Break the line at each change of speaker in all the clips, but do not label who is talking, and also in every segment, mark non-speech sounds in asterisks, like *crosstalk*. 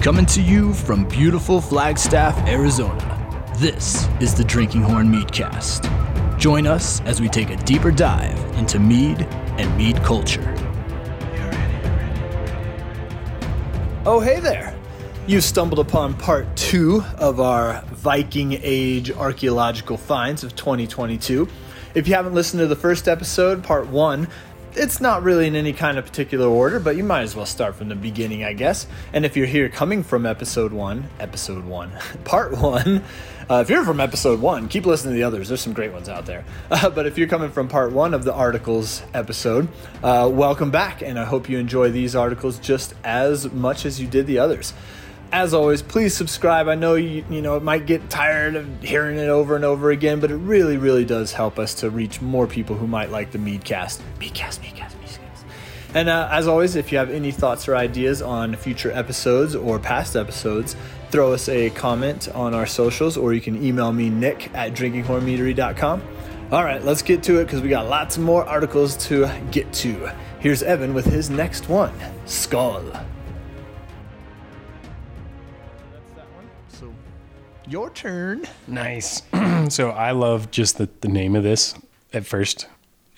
Coming to you from beautiful Flagstaff, Arizona, this is the Drinking Horn Meadcast. Join us as we take a deeper dive into mead and mead culture.
Oh, hey there! You stumbled upon part two of our Viking Age archaeological finds of 2022. If you haven't listened to the first episode, part one, it's not really in any kind of particular order, but you might as well start from the beginning, I guess. And if you're here coming from episode one, episode one, *laughs* part one, uh, if you're from episode one, keep listening to the others. There's some great ones out there. *laughs* Uh, but if you're coming from part one of the articles episode, uh, welcome back. And I hope you enjoy these articles just as much as you did the others. As always, please subscribe. I know you you know it might get tired of hearing it over and over again, but it really really does help us to reach more people who might like the Meadcast. Meadcast, Meadcast, Meadcast. And uh, as always, if you have any thoughts or ideas on future episodes or past episodes, throw us a comment on our socials, or you can email me nick at drinkinghornmeadery.com. All right, let's get to it because we got lots more articles to get to. Here's Evan with his next one, Skull. So, your turn.
Nice. *clears throat* so I love just the, the name of this at first,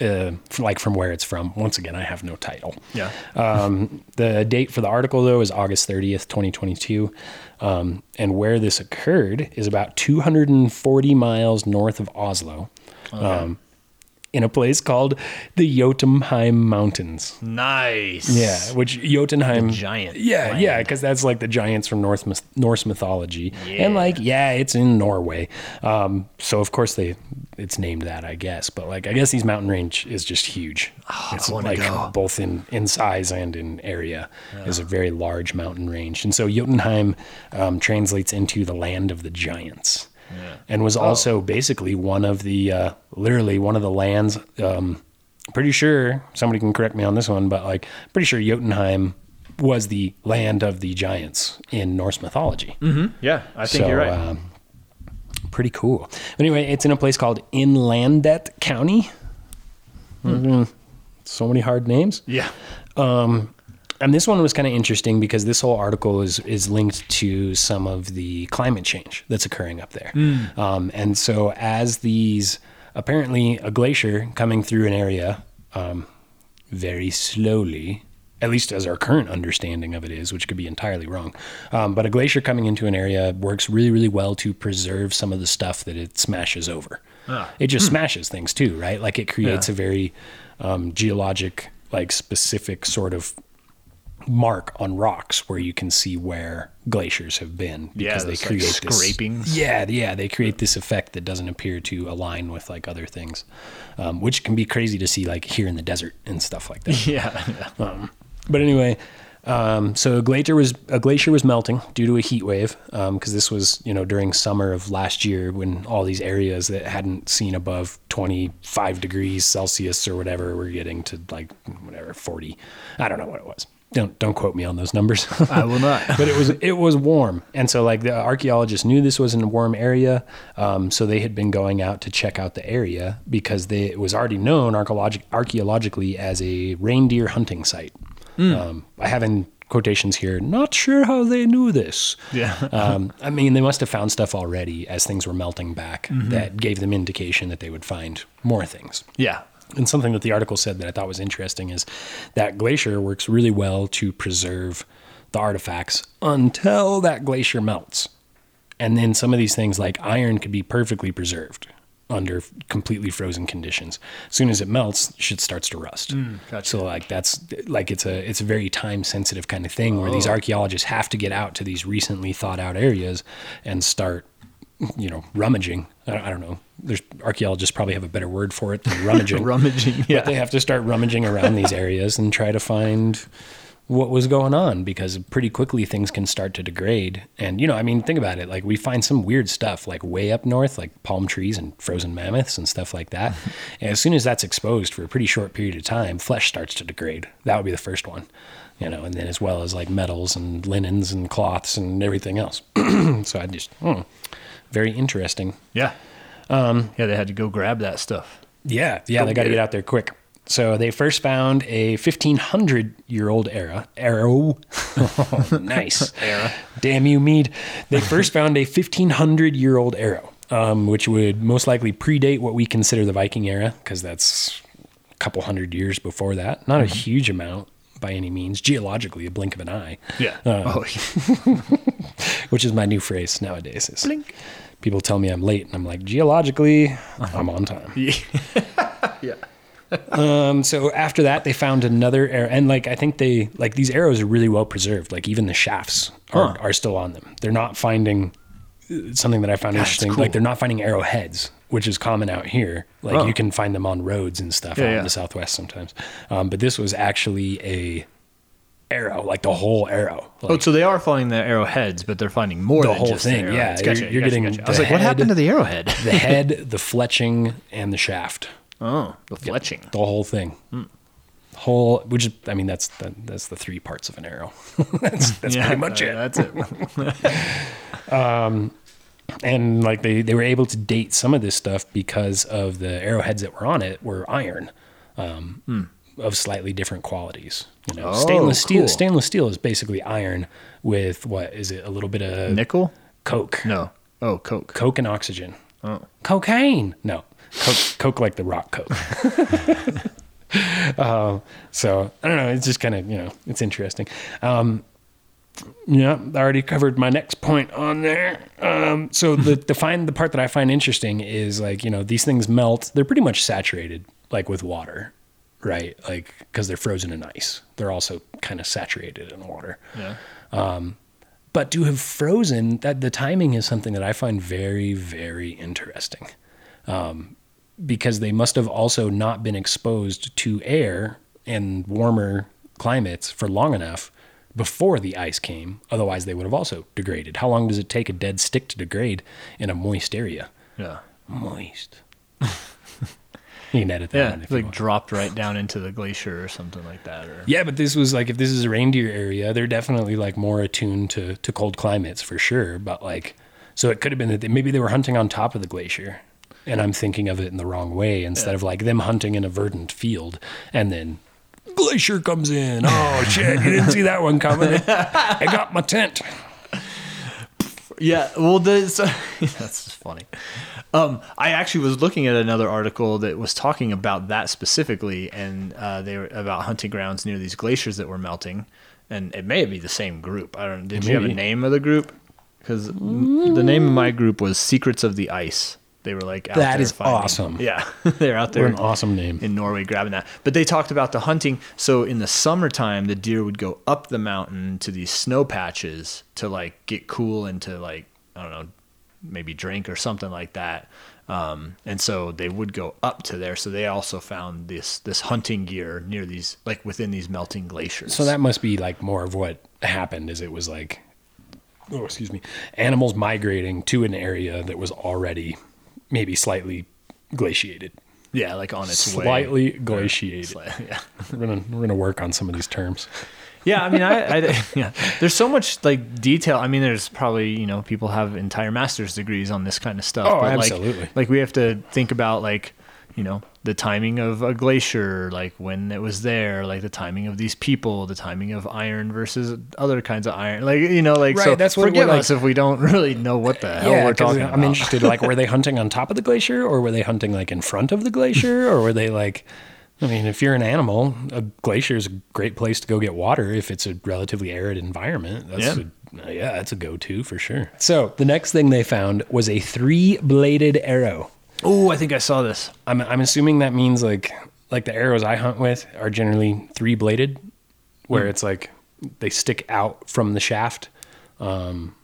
uh, f- like from where it's from. Once again, I have no title.
Yeah.
Um, the date for the article, though, is August 30th, 2022. Um, and where this occurred is about 240 miles north of Oslo. Um, in a place called the Jotunheim Mountains.
Nice.
Yeah, which Jotunheim
The giant
Yeah,
land.
yeah, because that's like the giants from Norse myth- Norse mythology, and like yeah, it's in Norway. Um, so of course they it's named that, I guess. But like I guess these mountain range is just huge. it's
Ah, wanna
like
go.
both in in size and in area is a very large mountain range, and so Jotunheim um, translates into the land of the giants. And
Oh.
was also basically one of the, uh, literally one of the lands um, pretty sure somebody can correct me on this one, but like pretty sure Jotunheim was the land of the giants in Norse mythology.
Yeah, Mm-hmm. I think
So,
you're right.
um, pretty cool. Anyway, it's in a place called Inlandet County.
Hmm.
Mhm. So many hard names.
yeah.
Um, and this one was kind of interesting because this whole article is is linked to some of the climate change that's occurring up there. Um, and so as these apparently a glacier coming through an area um, very slowly. At least as our current understanding of it is, which could be entirely wrong. Um, but a glacier coming into an area works really, really well to preserve some of the stuff that it smashes over. It just smashes things too, right? Like it creates a very um, geologic, like specific sort of mark on rocks where you can see where glaciers have been because they
those, like,
create this-
scrapings.
yeah, yeah, they create this effect that doesn't appear to align with like other things, um, which can be crazy to see like here in the desert and stuff like that.
Yeah.
Um, but anyway, um, so a glacier was a glacier was melting due to a heat wave because this was you know during summer of last year when all these areas that hadn't seen above 25 degrees Celsius or whatever were getting to like whatever 40. I don't know what it was. Don't don't quote me on those numbers.
I will
*laughs*
not.
but it was it was warm, and so like the archaeologists knew this was in a warm area, um, so they had been going out to check out the area because they, it was already known archaeologic, archaeologically as a reindeer hunting site. Um, I have in quotations here. Not sure how they knew this.
Yeah.
*laughs* um, I mean, they must have found stuff already as things were melting back that gave them indication that they would find more things.
Yeah.
And something that the article said that I thought was interesting is that glacier works really well to preserve the artifacts until that glacier melts. And then some of these things, like iron, could be perfectly preserved under f- completely frozen conditions. As soon as it melts, shit starts to rust. So like that's like it's a it's a very time sensitive kind of thing where these archaeologists have to get out to these recently thought out areas and start you know rummaging. I don't, I don't know. There's archaeologists probably have a better word for it
*laughs*
than rummaging.
Rummaging.
*laughs* But they have to start rummaging around these areas and try to find what was going on because pretty quickly things can start to degrade. And, you know, I mean, think about it. Like, we find some weird stuff, like way up north, like palm trees and frozen mammoths and stuff like that. and as soon as that's exposed for a pretty short period of time, flesh starts to degrade. That would be the first one, you know, and then as well as like metals and linens and cloths and everything else. *clears throat* so I just, hmm, very interesting.
Yeah. Um, yeah, they had to go grab that stuff.
Yeah, yeah, they got to
get
get out there quick. So they first found a 1500 year old era arrow. *laughs* Oh, nice era. Damn you, Mead. They *laughs* first found a 1500 year old arrow, um, which would most likely predate what we consider the Viking era, because that's a couple hundred years before that. Not a huge amount by any means, geologically, a blink of an eye.
Yeah.
*laughs* Uh, which is my new phrase nowadays. Is
Blink.
People tell me I'm late, and I'm like, geologically, I'm on time.
Uh-huh. *laughs* yeah. *laughs*
Um, so after that, they found another arrow, and like I think they like these arrows are really well preserved. Like even the shafts are,
Huh.
are still on them. They're not finding uh, something that I found interesting.
cool.
Like they're not finding arrowheads, which is common out here. Like
Oh.
you can find them on roads and stuff
Yeah,
out
yeah.
in the Southwest sometimes. Um, but this was actually a arrow, like the whole arrow. Like,
Oh, so they are finding the arrowheads, but they're finding more
The
than
whole
just
thing,
The
yeah.
arrowheads.
You're-
Gotcha,
you're
gotcha,
getting
gotcha. I
the
was like, what
head-
happened to the
*laughs*
arrowhead?
the head, the fletching, and the shaft.
Oh, the fletching.
the whole thing whole which is i mean that's the, that's the three parts of an arrow *laughs* that's, that's pretty much it
uh, That's
*laughs*
it.
and like they, they were able to date some of this stuff because of the arrowheads that were on it were iron um, of slightly different qualities you know
Oh,
stainless steel
cool.
stainless steel is basically iron with what is it a little bit of
Nickel?
coke
No. Oh, coke.
coke and oxygen cocaine no coke, coke like the rock coke *laughs* Um, so i don't know it's just kind of you know it's interesting um, yeah i already covered my next point on there um, so the, the find the part that i find interesting is like you know these things melt they're pretty much saturated like with water right like because they're frozen in ice they're also kind of saturated in water
Yeah.
but to have frozen that the timing is something that I find very very interesting um, because they must have also not been exposed to air and warmer climates for long enough before the ice came otherwise they would have also degraded how long does it take a dead stick to degrade in a moist area
Yeah. *laughs*
moist you can edit that
Yeah.
out if
It's
you
like
want.
dropped right down into the glacier or something like that. Or
Yeah, but this was like if this is a reindeer area, they're definitely like more attuned to to cold climates for sure. But like, so it could have been that they, maybe they were hunting on top of the glacier, and I'm thinking of it in the wrong way instead of like them hunting in a verdant field and then glacier comes in. Oh shit, you didn't see that one coming. I got my tent.
Yeah, well, there's, *laughs*
*laughs*
that's just funny. Um, I actually was looking at another article that was talking about that specifically, and uh, they were about hunting grounds near these glaciers that were melting, and it may be the same group. I don't. Did you have a
may be.
name of the group? Because the name of my group was Secrets of the Ice. They were like out
That
there
is
finding-
awesome.
Yeah, *laughs* they're out there
What an awesome name.
in Norway grabbing that. But they talked about the hunting. So in the summertime, the deer would go up the mountain to these snow patches to like get cool and to like I don't know, maybe drink or something like that. Um, and so they would go up to there. So they also found this this hunting gear near these like within these melting glaciers.
So that must be like more of what happened is it was like oh excuse me, animals migrating to an area that was already maybe slightly glaciated.
yeah, like on its way.
Slightly glaciated.
Slightly, yeah.
We're gonna we're gonna work on some of these terms.
Yeah, I mean, I, I *laughs* yeah. There's so much like detail. I mean, there's probably you know people have entire master's degrees on this kind of stuff.
Oh,
like-
absolutely.
Like, we have to think about like you know the timing of a glacier, like when it was there, like the timing of these people, the timing of iron versus other kinds of iron. Like you know, like
Right,
so.
that's what
forgive
we're, like-
us if we don't *laughs* really know what the hell we're
'cause uh,
talking about.
I'm interested. Like, were they hunting on top of the glacier, or were they hunting like in front of the glacier, or were they like? I mean, if you're an animal, a glacier is a great place to go get water if it's a relatively arid environment. That's
Yeah.
A, yeah, that's a go-to for sure. So the next thing they found was a three-bladed arrow.
oh, I think I saw this.
I'm I'm assuming that means like like the arrows I hunt with are generally three bladed,
Hmm.
where it's like they stick out from the shaft, um,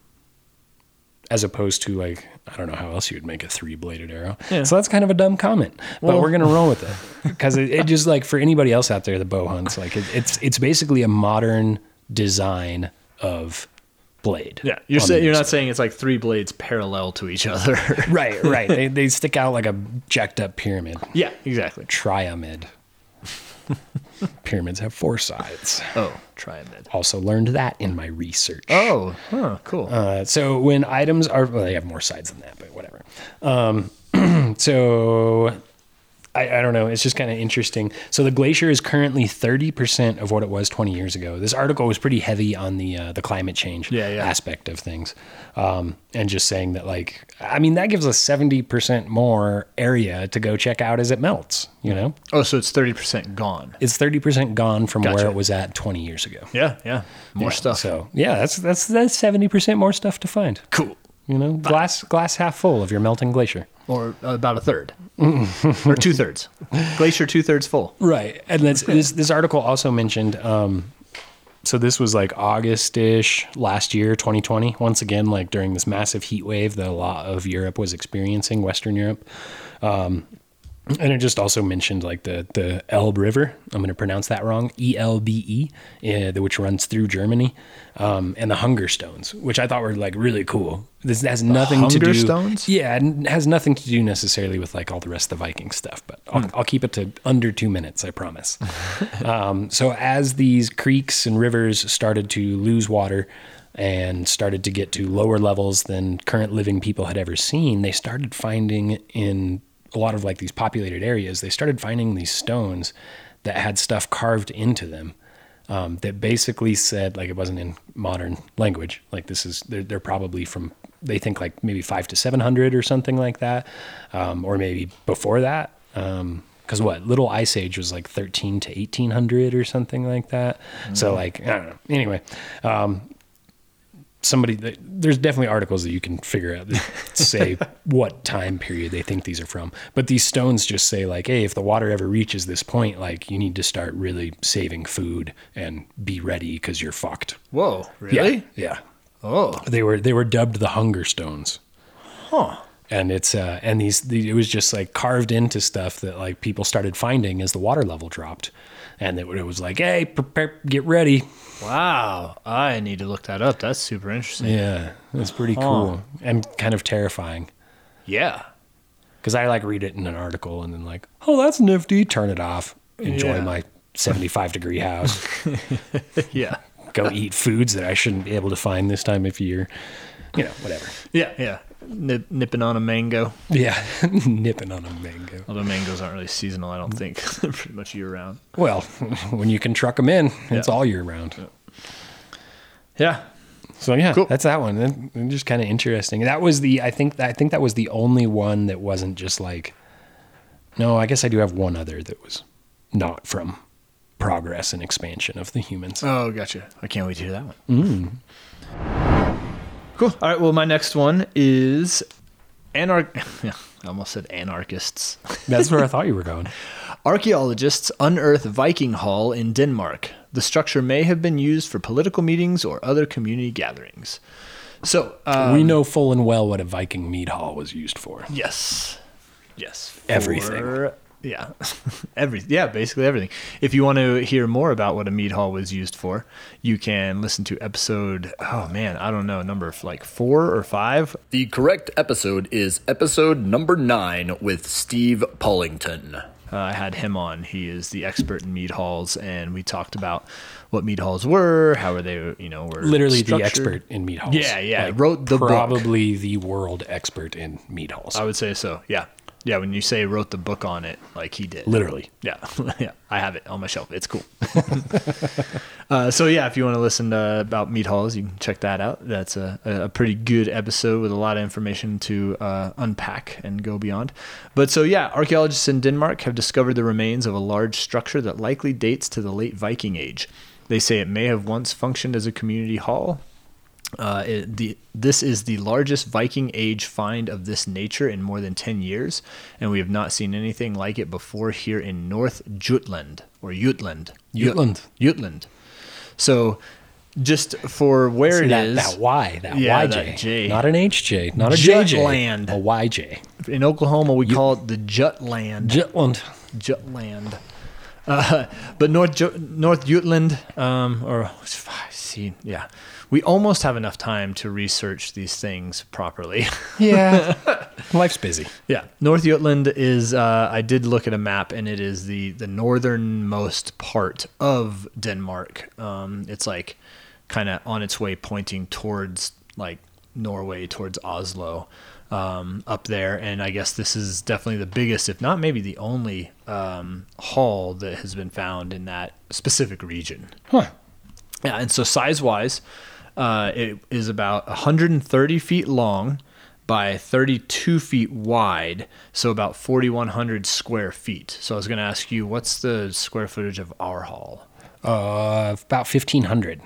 as opposed to like I don't know how else you would make a three bladed arrow.
Yeah.
So that's kind of a dumb comment,
Well-
but we're gonna roll with
*laughs*
it because it, it just like for anybody else out there that bow hunts, like it, it's it's basically a modern design of blade.
Yeah, you're
on
saying
the
you're
inside.
not saying it's like three blades parallel to each *laughs* other.
*laughs* right, right. They they stick out like a jacked up pyramid.
yeah, exactly. *laughs*
triamid. Pyramids have four sides.
Oh, triamid.
Also learned that in my research.
Oh, huh, cool.
Uh, so when items are, well, they have more sides than that, but whatever. Um, *clears throat* so I, I don't know. It's just kind of interesting. So the glacier is currently 30% of what it was 20 years ago. This article was pretty heavy on the uh, the climate change
Yeah, yeah.
aspect of things, um, and just saying that like I mean that gives us 70% more area to go check out as it melts. You know,
Oh, so it's 30% gone.
it's 30% gone from where
Gotcha.
it was at 20 years ago.
Yeah, yeah. More
Yeah,
stuff.
So yeah, that's that's that's 70% more stuff to find.
Cool.
You know, glass glass half full of your melting glacier.
Or about a *laughs* third. or two thirds. Glacier two thirds full.
Right, and that's, this this article also mentioned. Um, so this was like August-ish last year, 2020. Once again, like during this massive heat wave that a lot of Europe was experiencing, Western Europe, um, and it just also mentioned like the the Elbe River. I'm going to pronounce that wrong. E L B E, uh, which runs through Germany, um, and the Hunger Stones, which I thought were like really cool. This has nothing to
Hunger
do.
Stones?
Yeah, it has nothing to do necessarily with like all the rest of the Viking stuff, but I'll,
Hmm.
I'll keep it to under two minutes, I promise. um, so as these creeks and rivers started to lose water and started to get to lower levels than current living people had ever seen, they started finding in a lot of like these populated areas, they started finding these stones that had stuff carved into them um, that basically said like it wasn't in modern language. Like this is they're, they're probably from they think like maybe five to seven hundred or something like that, um, or maybe before that. Because what Little Ice Age was like thirteen to eighteen hundred or something like that. So like I don't know. Anyway, somebody th- there's definitely articles that you can figure out that say what time period they think these are from but these stones just say like hey if the water ever reaches this point like you need to start really saving food and be ready because you're fucked
Whoa.
Yeah,
Really?
yeah
Oh.
they were they were dubbed the hunger stones and it's uh, and these the, it was just like carved into stuff that like people started finding as the water level dropped and it, it was like hey prepare get ready
Wow. I need to look that up. That's super interesting.
yeah that's pretty cool and kind of terrifying
Yeah.
because I like read it in an article and then like, oh, that's nifty. Turn it off. Enjoy
Yeah.
my 75 degree house.
*laughs* Yeah. *laughs*
Go eat foods that I shouldn't be able to find this time of year. You know, whatever.
Yeah. Yeah. Nip, nipping on a mango.
Yeah, *laughs* nipping on a mango.
Although mangoes aren't really seasonal, I don't think. *laughs* They're pretty much year round.
Well, *laughs* when you can truck them in, it's
Yeah.
all year round.
Yeah.
So yeah,
Cool.
that's that one. And- and Just kind of interesting. That was the I think I think that was the only one that wasn't just like. No, I guess I do have one other that was not from progress and expansion of the humans.
Oh, gotcha. I can't wait to hear that one. Cool. All right. Well, my next one is anarch. *laughs* I almost said anarchists.
That's where I thought you were going.
Archaeologists unearth Viking Hall in Denmark. The structure may have been used for political meetings or other community gatherings. So, uh,
we know full and well what a Viking mead hall was used for.
yes, yes, for-
Everything.
Yeah, *laughs* every yeah, basically everything. If you want to hear more about what a mead hall was used for, you can listen to episode. Oh man, I don't know, number like four or five.
The correct episode is episode number nine with Steve Paulington.
Uh, I had him on. He is the expert in mead halls, and we talked about what mead halls were, how are they, you know, were
Literally the
structured.
expert in mead halls.
Yeah, yeah, wrote the book. Uh,
probably the world expert in mead halls.
I would say so. Yeah, yeah. When you say wrote the book on it, like he did.
Literally.
Yeah, *laughs* yeah. I have it on my shelf. It's cool. uh, so yeah, if you want to listen to, about meat halls, you can check that out. That's a, a pretty good episode with a lot of information to uh, unpack and go beyond. But so yeah, archaeologists in Denmark have discovered the remains of a large structure that likely dates to the late Viking age. They say it may have once functioned as a community hall, uh, it, the, this is the largest Viking Age find of this nature in more than 10 years, and we have not seen anything like it before here in North Jutland or Jutland. Jut-
Jutland.
Jutland. So, just for where it
that,
is
that Y, that
Yeah,
YJ.
that J.
Not an HJ, not a
Jutland.
JJ. A YJ.
in Oklahoma, we call it the Jutland. *laughs*
Jutland.
Jutland. Uh, but North Ju- North Jutland, um, or see, yeah, we almost have enough time to research these things properly. *laughs*
Yeah. *laughs* Life's busy.
Yeah, North Jutland is. Uh, I did look at a map, and it is the the northernmost part of Denmark. Um, it's like kind of on its way, pointing towards like Norway, towards Oslo. um, up there. And I guess this is definitely the biggest, if not maybe the only, um, hall that has been found in that specific region.
Huh.
Yeah, and so size wise, uh, it is about 130 feet long by 32 feet wide, so about 4,100 square feet. So I was going to ask you, what's the square footage of our hall?
Uh, about 1,500.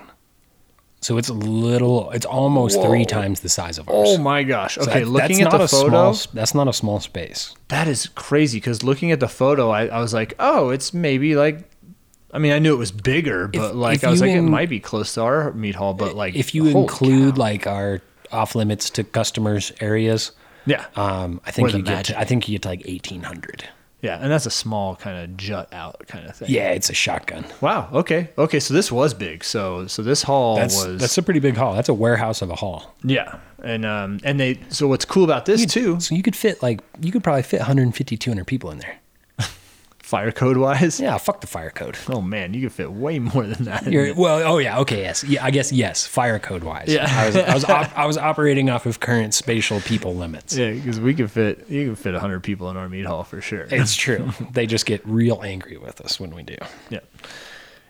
So it's a little, it's almost three times the size of ours.
Oh my gosh.
So
Okay,
that-
looking
that's
at
not
the
a small
photo,
s- that's not a small space.
that is crazy because looking at the photo, I, I was like, oh, it's maybe like. I mean, I knew it was bigger, but like
if
I was
you
like, it
in- Uh,
might be close to our meat hall, but like
if you
holy
include
cow.
like our off limits to customers areas,
yeah,
um, I
Where
think
the
you get
magic
to, I think you get to like 1,800.
yeah, and that's a small kind of jut out kind of thing.
Yeah, it's a shotgun.
Wow. Okay. Okay. So this was big. So so this hall
That's
was
that's a pretty big hall. That's a warehouse of a hall.
yeah. And um and they so what's cool about this too
So you could fit like you could probably fit 150 200 people in there.
fire code wise.
Yeah, fuck the fire code.
*laughs* Oh man, you could fit way more than that. in
You're, well, oh yeah, okay, yes, yeah, I guess yes, fire code wise.
Yeah.
I was I
*laughs*
was, op- I was operating off of current spatial people limits.
there. *laughs* yeah, because we could fit you could fit hundred people in our meat hall for sure.
It's true. they just get real angry with us when we do.
Yeah.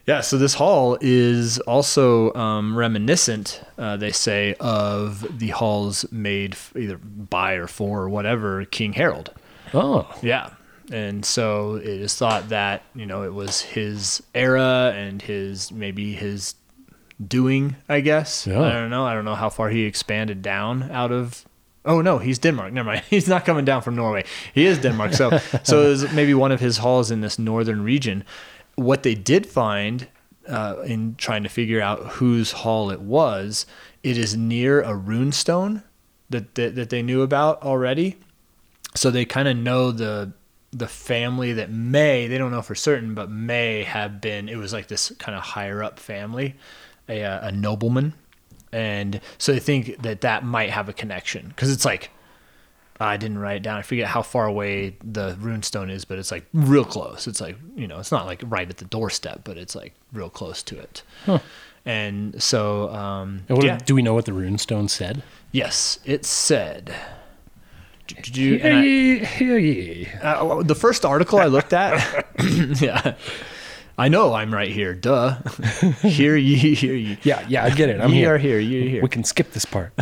Yeah, so this hall is also um, reminiscent, uh, they say, of the halls made f- either by or for or whatever King Harold.
Oh,
Yeah. And so it is thought that, you know, it was his era and his maybe his doing, I guess.
Yeah.
I don't know. I don't know how far he expanded down out of Oh no, he's Denmark. Never mind. *laughs* He's not coming down from Norway. He is Denmark. So so it was maybe one of his halls in this northern region. What they did find uh, in trying to figure out whose hall it was, it is near a rune stone that, that, that they knew about already so they kind of know the the family that may they don't know for certain but may have been it was like this kind of higher up family a, uh, a nobleman and so they think that that might have a connection because it's like i didn't write it down i forget how far away the runestone is but it's like real close it's like you know it's not like right at the doorstep but it's like real close to it and so um
And what-
yeah.
do we know what the runestone said?
yes it said do,
Hear ye, hear ye.
uh, the first article I looked at, *clears throat* yeah, I know I'm right here. Duh. hear ye, hear ye.
Yeah, yeah, I get it. I'm
ye
here.
are here. Ye are here.
We can skip this part.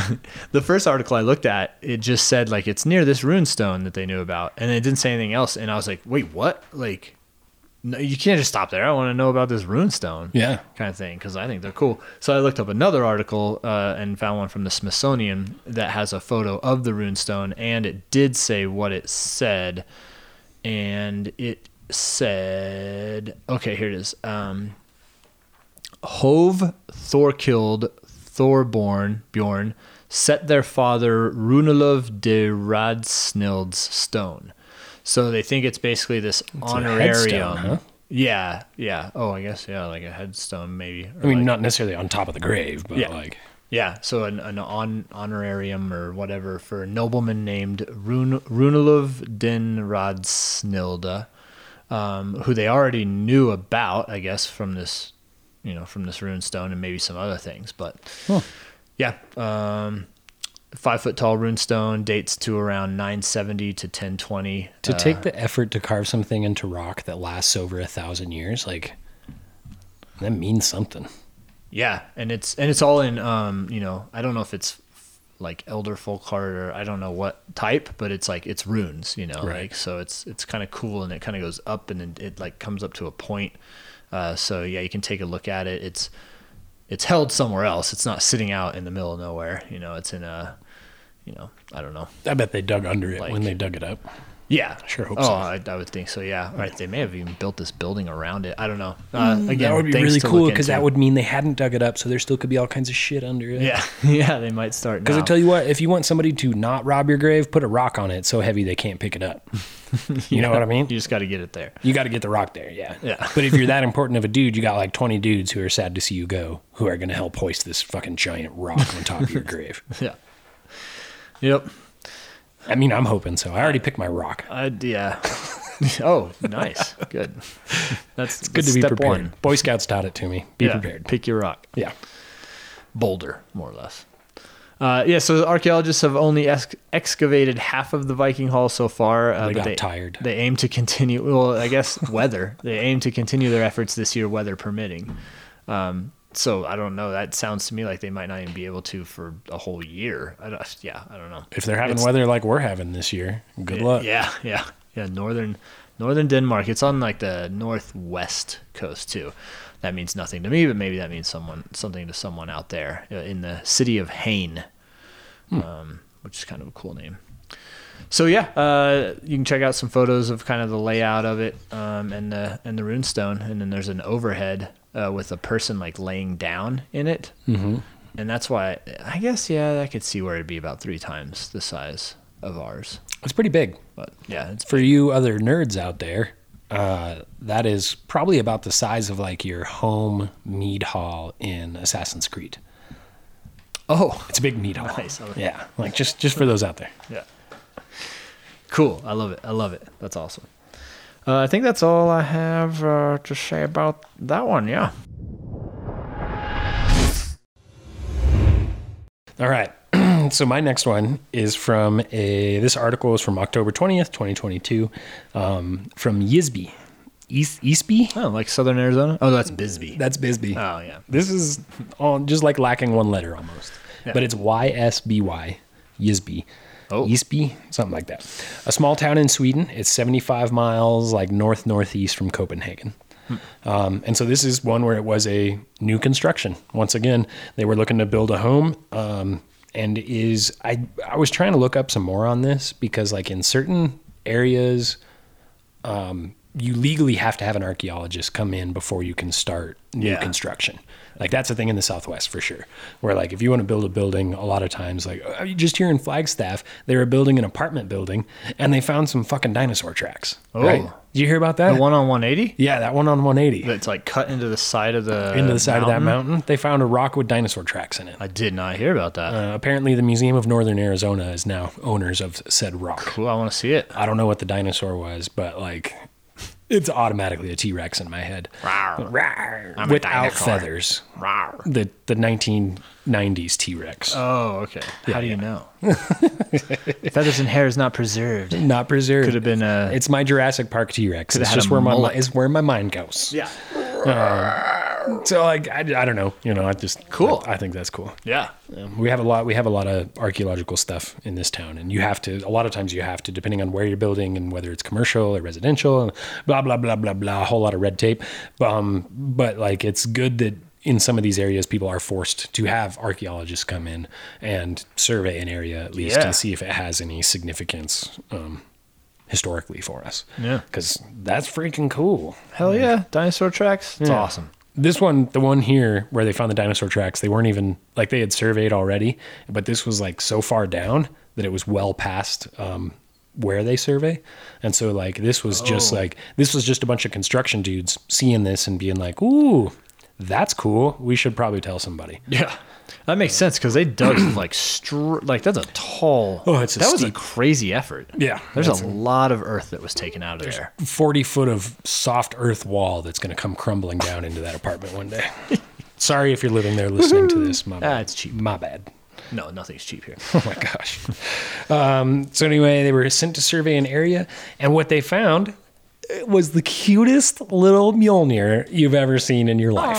The first article I looked at, it just said like it's near this rune stone that they knew about, and it didn't say anything else. And I was like, wait, what? Like, no, you can't just stop there. I want to know about this rune stone
Yeah.
kind of thing because I think they're cool. So I looked up another article uh, and found one from the Smithsonian that has a photo of the runestone and it did say what it said. And it said, okay, here it is. Um, Hove, Thorkild, Thorborn, Bjorn set their father Runelov de Radsnild's stone. So they think it's basically this honorarium.
headstone, huh?
Yeah, yeah. Oh, I guess yeah, like a headstone maybe. or
I mean,
like-
not necessarily on top of the grave, but
Yeah.
like
yeah. So an, an on, honorarium or whatever for a nobleman named Run, Runelov Den Radsnilda, um, who they already knew about, I guess, from this, you know, from this rune stone and maybe some other things. But yeah, um, five foot tall rune stone dates to around 970 to 1020.
to
uh,
take the effort to carve something into rock that lasts over a thousand years, like that means something.
Yeah, and it's and it's all in um, you know, I don't know if it's like elder folk art or I don't know what type, but it's like it's runes, you know,
Right.
like so it's it's kind of cool and it kind of goes up and then it like comes up to a point. Uh, so yeah, you can take a look at it. It's it's held somewhere else. It's not sitting out in the middle of nowhere. You know, it's in a you know, I don't know.
I bet they dug under it
Like-
when they dug it up.
Yeah,
Sure hope
oh,
so.
I, I would think so. Yeah, right. They may have even built this building around it. I don't know. Uh, again,
Mm, that would be
things
really
to
cool
look
because that
into.
would mean they hadn't dug it up, so there still could be all kinds of shit under
*laughs*
it.
yeah, yeah. They might
*laughs*
start
Because
now.
I tell you what, if you want somebody to not rob your grave, put a rock on it so heavy they can't pick
*laughs*
it up. You know what I mean?
You just got to get it
*laughs*
there.
You got to get the rock there, yeah.
Yeah. *laughs*
But if you're that important of a dude, you got like 20 dudes who are sad to see you go, who are going to help hoist this fucking giant rock on
*laughs*
top of your grave.
Yeah. Yep.
I mean, I'm hoping so. I already picked my rock.
I
*laughs*
yeah. oh, nice. Good. That's
Good to be prepared. Boy Scouts taught it to me. Be
yeah.
prepared.
Pick your rock.
Yeah.
Boulder, more or less. Uh, yeah, so the archaeologists have only ex- excavated half of the Viking Hall so far. Uh,
They
but
got tired.
They aim to continue. Well, I guess *laughs* weather. they aim to continue their efforts this year, weather permitting. Um, so I don't know. That sounds to me like they might not even be able to for a whole year. I don't, yeah, I don't know.
If they're having
It's-
weather like we're having this year, good luck.
Yeah, yeah, yeah. Northern Northern Denmark. It's on like the northwest coast too. That means nothing to me, but maybe that means someone something to someone out there uh, in the city of Hain,
Hmm.
um, which is kind of a cool name. So yeah, uh, you can check out some photos of kind of the layout of it um, and the and the runestone, and then there's an overhead uh, with a person like laying down in it, mm-hmm. and that's why I guess yeah, I could see where it'd be about three times the size of ours.
It's pretty big.
But yeah, it's
For you other nerds out there, uh, that is probably about the size of like your home mead hall in Assassin's Creed.
oh
It's a big mead hall.
Nice, I like
Yeah. Like just just for those out there.
yeah, cool. I love it. I love it. That's awesome. Uh, I think that's all I have uh, to say about that one. Yeah.
All right. *clears throat* so my next one is from a. This article is from October twentieth, twenty twenty two, um, from Yisby, East Eastby.
Oh, like Southern Arizona. Oh, that's Bisbee.
That's Bisbee.
oh yeah.
This is all just like lacking one letter almost, but it's Y S B Y, Yisby.
Oh.
Yisby, something like that. A small town in Sweden. It's 75 miles like north northeast from Copenhagen. Um, and so this is one where it was a new construction. Once again, they were looking to build a home. Um, and is I I was trying to look up some more on this because like in certain areas you legally have to have an archaeologist come in before you can start new
Yeah.
construction. Like that's a thing in the Southwest for sure. Where like if you want to build a building, a lot of times like uh, just here in Flagstaff, they were building an apartment building and they found some fucking dinosaur tracks. Oh,
Oh.
did you hear about that?
The one on 180
yeah, that one on 180
that's like cut into the uh, side of the
into the side of that mountain. They found a rock with dinosaur tracks in it.
I did not hear about that.
Uh, apparently, the Museum of Northern Arizona is now owners of said rock.
cool. I want to see it.
I don't know what the dinosaur was, but like it's automatically a T Rex in my head.
Rawr.
Rawr.
I'm a
Without
dinosaur.
feathers.
Rawr.
The the nineteen nineties T Rex.
Oh, okay. How do you know? Feathers and hair is not preserved.
Not preserved.
Could have been a-
It's my Jurassic Park T Rex. It's
had
just
a
where my
mullet.
mi- is where my mind goes.
Yeah.
So like I, I don't know. You know I just
Cool.
I, I think that's cool.
Yeah.
Um, we have a lot. We have a lot of archaeological stuff in this town, and you have to. A lot of times you have to, depending on where you're building and whether it's commercial or residential, and blah blah blah blah blah. A whole lot of red tape. Um, but like it's good that in some of these areas people are forced to have archaeologists come in and survey an area at least
Yeah.
and see if it has any significance um, historically for us.
Yeah.
because that's freaking cool.
Hell yeah. Dinosaur tracks. It's
Yeah.
awesome.
This one, the one here where they found the dinosaur tracks, they weren't even like they had surveyed already, but this was like so far down that it was well past um, where they survey. And so, like, this was just like, this was just a bunch of construction dudes seeing this and being like, ooh, that's cool. We should probably tell somebody.
Yeah, that makes sense because they
*clears throat*
dug like str- like that's a tall.
Oh, it's a
that was a
steep-
crazy effort.
Yeah,
there's a lot of earth that was taken out of there.
40 foot of soft earth wall that's going to come crumbling down into that apartment one day. Sorry if you're living there listening to this. My bad.
it's cheap.
My bad.
No, nothing's cheap
*laughs*
here.
Oh my gosh. Um, so anyway, they were sent to survey an area, and what they found was the cutest little Mjolnir you've ever seen in your life.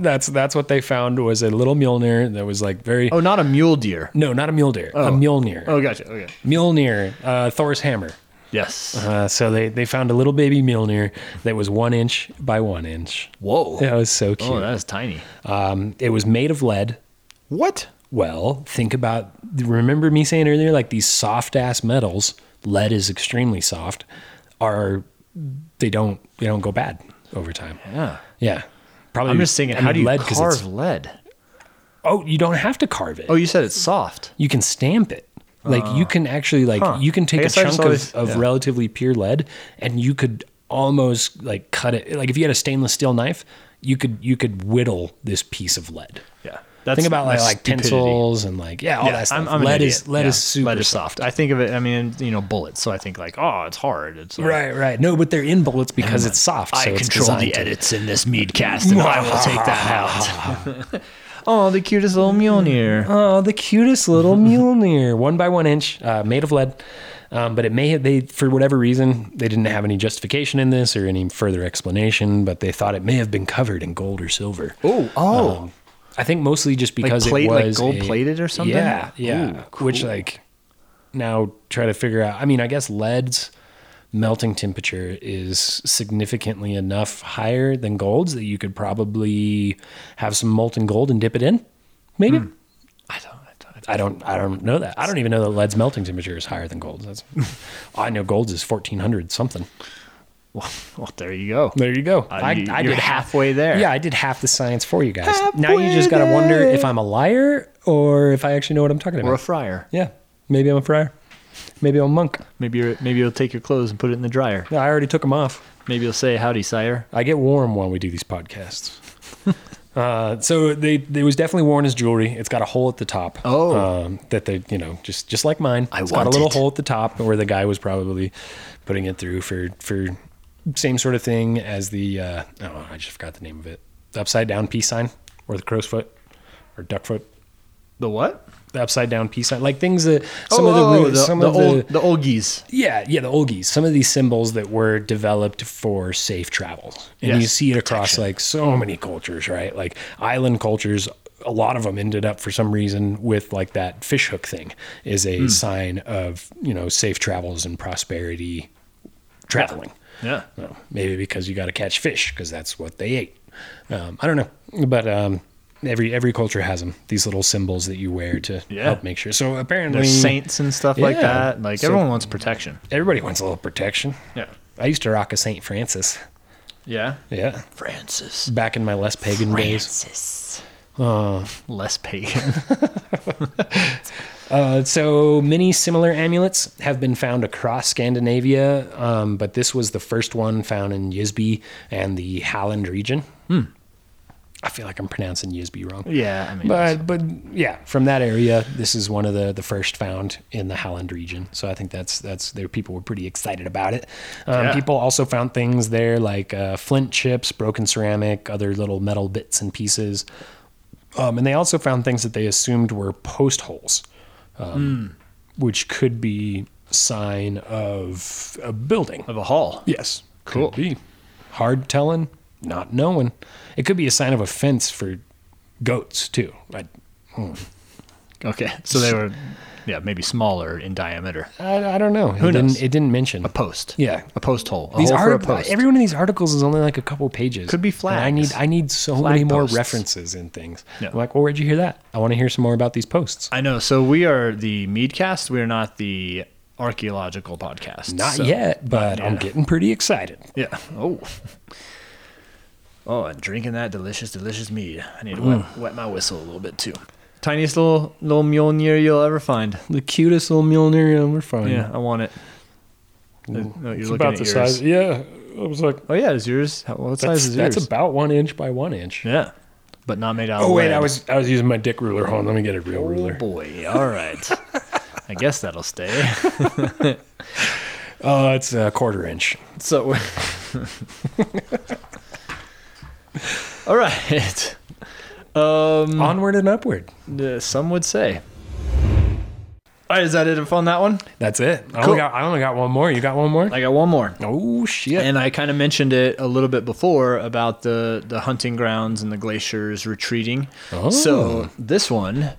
That's that's what they found was a little Mjolnir that was like very
Oh, not a mule deer.
no, not a mule deer, a Mjolnir.
Oh, gotcha. Okay.
Mjolnir, uh, Thor's hammer.
Yes.
Uh, so they, they found a little baby Mjolnir that was one inch by one inch.
Whoa.
That was so cute.
Oh, that is tiny.
um, it was made of lead.
What?
Well, think about remember me saying earlier, like these soft ass metals, lead is extremely soft, are they don't they don't go bad over time.
Yeah.
Yeah. Probably
I'm just thinking,
I
how
mean,
do you
'cause
carve
it's-
lead?
Oh, you don't have to carve it.
Oh, you said it's soft.
You can stamp it. Like you can actually like
Huh.
you can
I
take a
guess I
chunk
just
of,
always-
of
yeah.
relatively pure lead and you could almost like cut it like if you had a stainless steel knife, you could you could whittle this piece of lead.
Yeah. That's-
Think about like,
that's
like
stupidity.
pencils and like yeah, all
Yeah,
that stuff.
I'm- I'm an
lead is
idiot.
lead
Yeah,
is super
lead is
soft.
I think of it. I mean, you know, bullets. So I think like, oh, it's hard. It's like,
Right, right. No, but they're in bullets because it's soft.
I
so it's
control
designed
the
to-
edits in this meadcast, and I will take that out.
*laughs* Oh, the cutest little Mjolnir.
Oh, the cutest little Mjolnir, one by one inch, uh, made of lead. Um, but it may have they for whatever reason they didn't have any justification in this or any further explanation, but they thought it may have been covered in gold or silver.
Oh, oh.
Um, I think mostly just because
plate-
it
like
was
gold
a-
plated or something?
Yeah, yeah.
Ooh,
Which like now try to figure out. I mean, I guess lead's melting temperature is significantly enough higher than gold's that you could probably have some molten gold and dip it in. Maybe.
Hmm. I don't. I don't.
I don't. I don't know that. I don't even know that lead's melting temperature is higher than gold's. That's. *laughs* I know gold's is fourteen hundred something.
Well, well, there you go.
There you go.
Uh, you- you're halfway there.
Yeah, I did half the science for you guys. now you just got to
Halfway
wonder
there.
if I'm a liar or if I actually know what I'm talking
Or a
about.
fryer.
yeah, maybe I'm a friar. Maybe I'm a monk.
Maybe you're, maybe you'll take your clothes and put it in the dryer.
No, I already took them off.
Maybe you'll say howdy, sire.
I get warm while we do these podcasts. uh, so they, they was definitely worn as jewelry. It's got a hole at the top.
Oh.
um, that they you know just just like mine.
I
It's got a
want
little
it.
hole at the top where the guy was probably putting it through for for same sort of thing as the uh, oh I just forgot the name of it. The upside down peace sign or the crow's foot or duck foot.
The what?
The upside down peace sign, like things that some of the,
oh,
root- some of the
old the old geese.
yeah, yeah, the olgies. Some of these symbols that were developed for safe travel, and
Yes.
you see it across like so many cultures, right? Like island cultures, a lot of them ended up for some reason with like that fishhook thing is a
Hmm.
sign of you know safe travels and prosperity traveling.
Yeah.
Well, maybe because you got to catch fish because that's what they ate. Um, I don't know, but um, every every culture has them. These little symbols that you wear to
Yeah.
help make sure. So apparently,
There's saints and stuff like
Yeah.
that. Like
So-
everyone wants protection.
everybody wants a little protection.
Yeah.
I used to rock a St. Francis.
Yeah.
Yeah.
Francis.
Back in my less pagan days. Oh.
Less pagan.
Uh, so many similar amulets have been found across Scandinavia, um, but this was the first one found in Ysby and the Halland region. I feel like I'm pronouncing Ysby wrong.
*laughs* yeah. I mean,
But but yeah, from that area, this is one of the the first found in the Howland region. So I think that's that's there. People were pretty excited about it. Um,
Yeah.
People also found things there like uh, flint chips, broken ceramic, other little metal bits and pieces, um, and they also found things that they assumed were post holes,
Hmm.
um, which could be sign of a building.
of a hall.
Yes.
Cool.
Could be. Hard telling, not knowing. It could be a sign of offense for goats too. I,
Okay. So they were, yeah, maybe smaller in diameter.
I, I don't know. it,
knows?
Didn't, it didn't mention.
A post.
Yeah.
A post hole. A
These
hole for a
articles,
post.
every one of these articles is only like a couple pages.
Could be
And I need,
flags.
I need so
Flag
many more
posts.
references and things.
Yeah.
I'm like, well, where'd you hear that? I want to hear some more about these posts.
I know. So we are the Meadcast. We are not the archaeological podcast.
Not
so-
yet, but I'm
yet.
getting pretty excited.
Yeah. Oh. Oh, and drinking that delicious, delicious mead. I need to
Mm.
wet, wet my whistle a little bit too. Tiniest little little Mjolnir you'll ever find.
The cutest little Mjolnir we're finding.
Yeah, I want it. Uh, No, you're
Mm. It's
looking
about
at
the
yours.
size. Yeah. I was like,
Oh yeah, is yours? How, what
that's,
size is
that's
yours?
about one inch by one inch.
yeah, but not made out.
Oh
of
wait,
lead.
I was I was using my dick ruler. Hold on, let me get a real
Oh
ruler.
boy. All *laughs* right. I guess that'll stay.
Uh, it's a quarter inch.
So, *laughs* all right. Um,
Onward and upward.
uh, some would say. All right, is that it on that one?
That's it. I
Cool.
only got I only got one more. You got one more?
I got one more,
oh shit.
and I kind of mentioned it a little bit before about the the hunting grounds and the glaciers retreating.
Oh.
So this one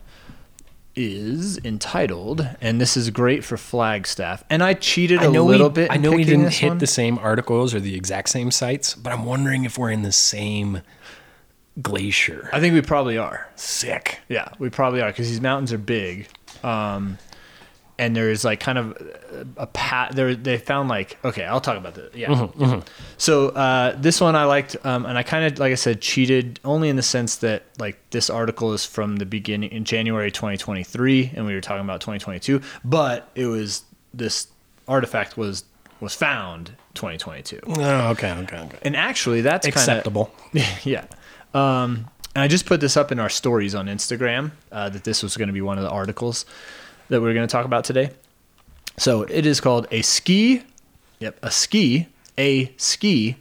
is entitled, and this is great for Flagstaff. And I cheated a little
we,
bit.
I
in
know we
picking
didn't
this
hit
one.
the same articles or the exact same sites, but I'm wondering if we're in the same glacier.
I think we probably are.
Sick.
Yeah, we probably are because these mountains are big, um, and there's like kind of a, a pat. There they found like okay, I'll talk about this. Yeah. So uh, this one I liked, um, and I kind of like I said cheated only in the sense that like this article is from the beginning in January 2023, and we were talking about 2022, but it was this artifact was was found 2022,
Oh, okay, okay, okay.
and actually that's kind of *laughs*
Acceptable.
yeah. Um, and I just put this up in our stories on Instagram uh, that this was going to be one of the articles that we are going to talk about today. So it is called a ski. Yep, a ski, a ski.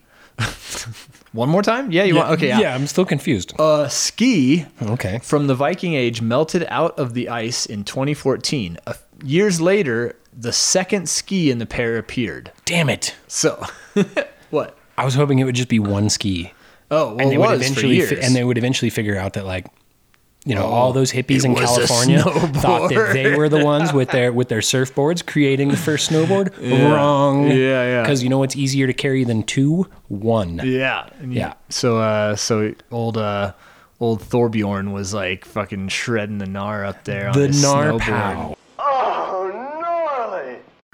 *laughs* one more time? Yeah, Oh. you want? Okay,
yeah. I'm still confused.
A ski
okay.
from the Viking Age melted out of the ice in 2014. A, years later, the second ski in the pair appeared.
Damn it.
So, *laughs* what?
I was hoping it would just be one ski.
Oh, well,
and they
it
would
was for
eventually
years. Oh,
fi- and they would eventually figure out that like you know all those hippies in
was a
California thought that they
snowboard.
were the ones with their with their surfboards creating the first snowboard
*laughs*
wrong
Yeah, yeah.
because you know what's easier to carry than two one
Yeah. and you-
Yeah.
So uh so old uh old Thorbjorn was like fucking shredding the gnar up there on
the
his
nar
snowboard.
pow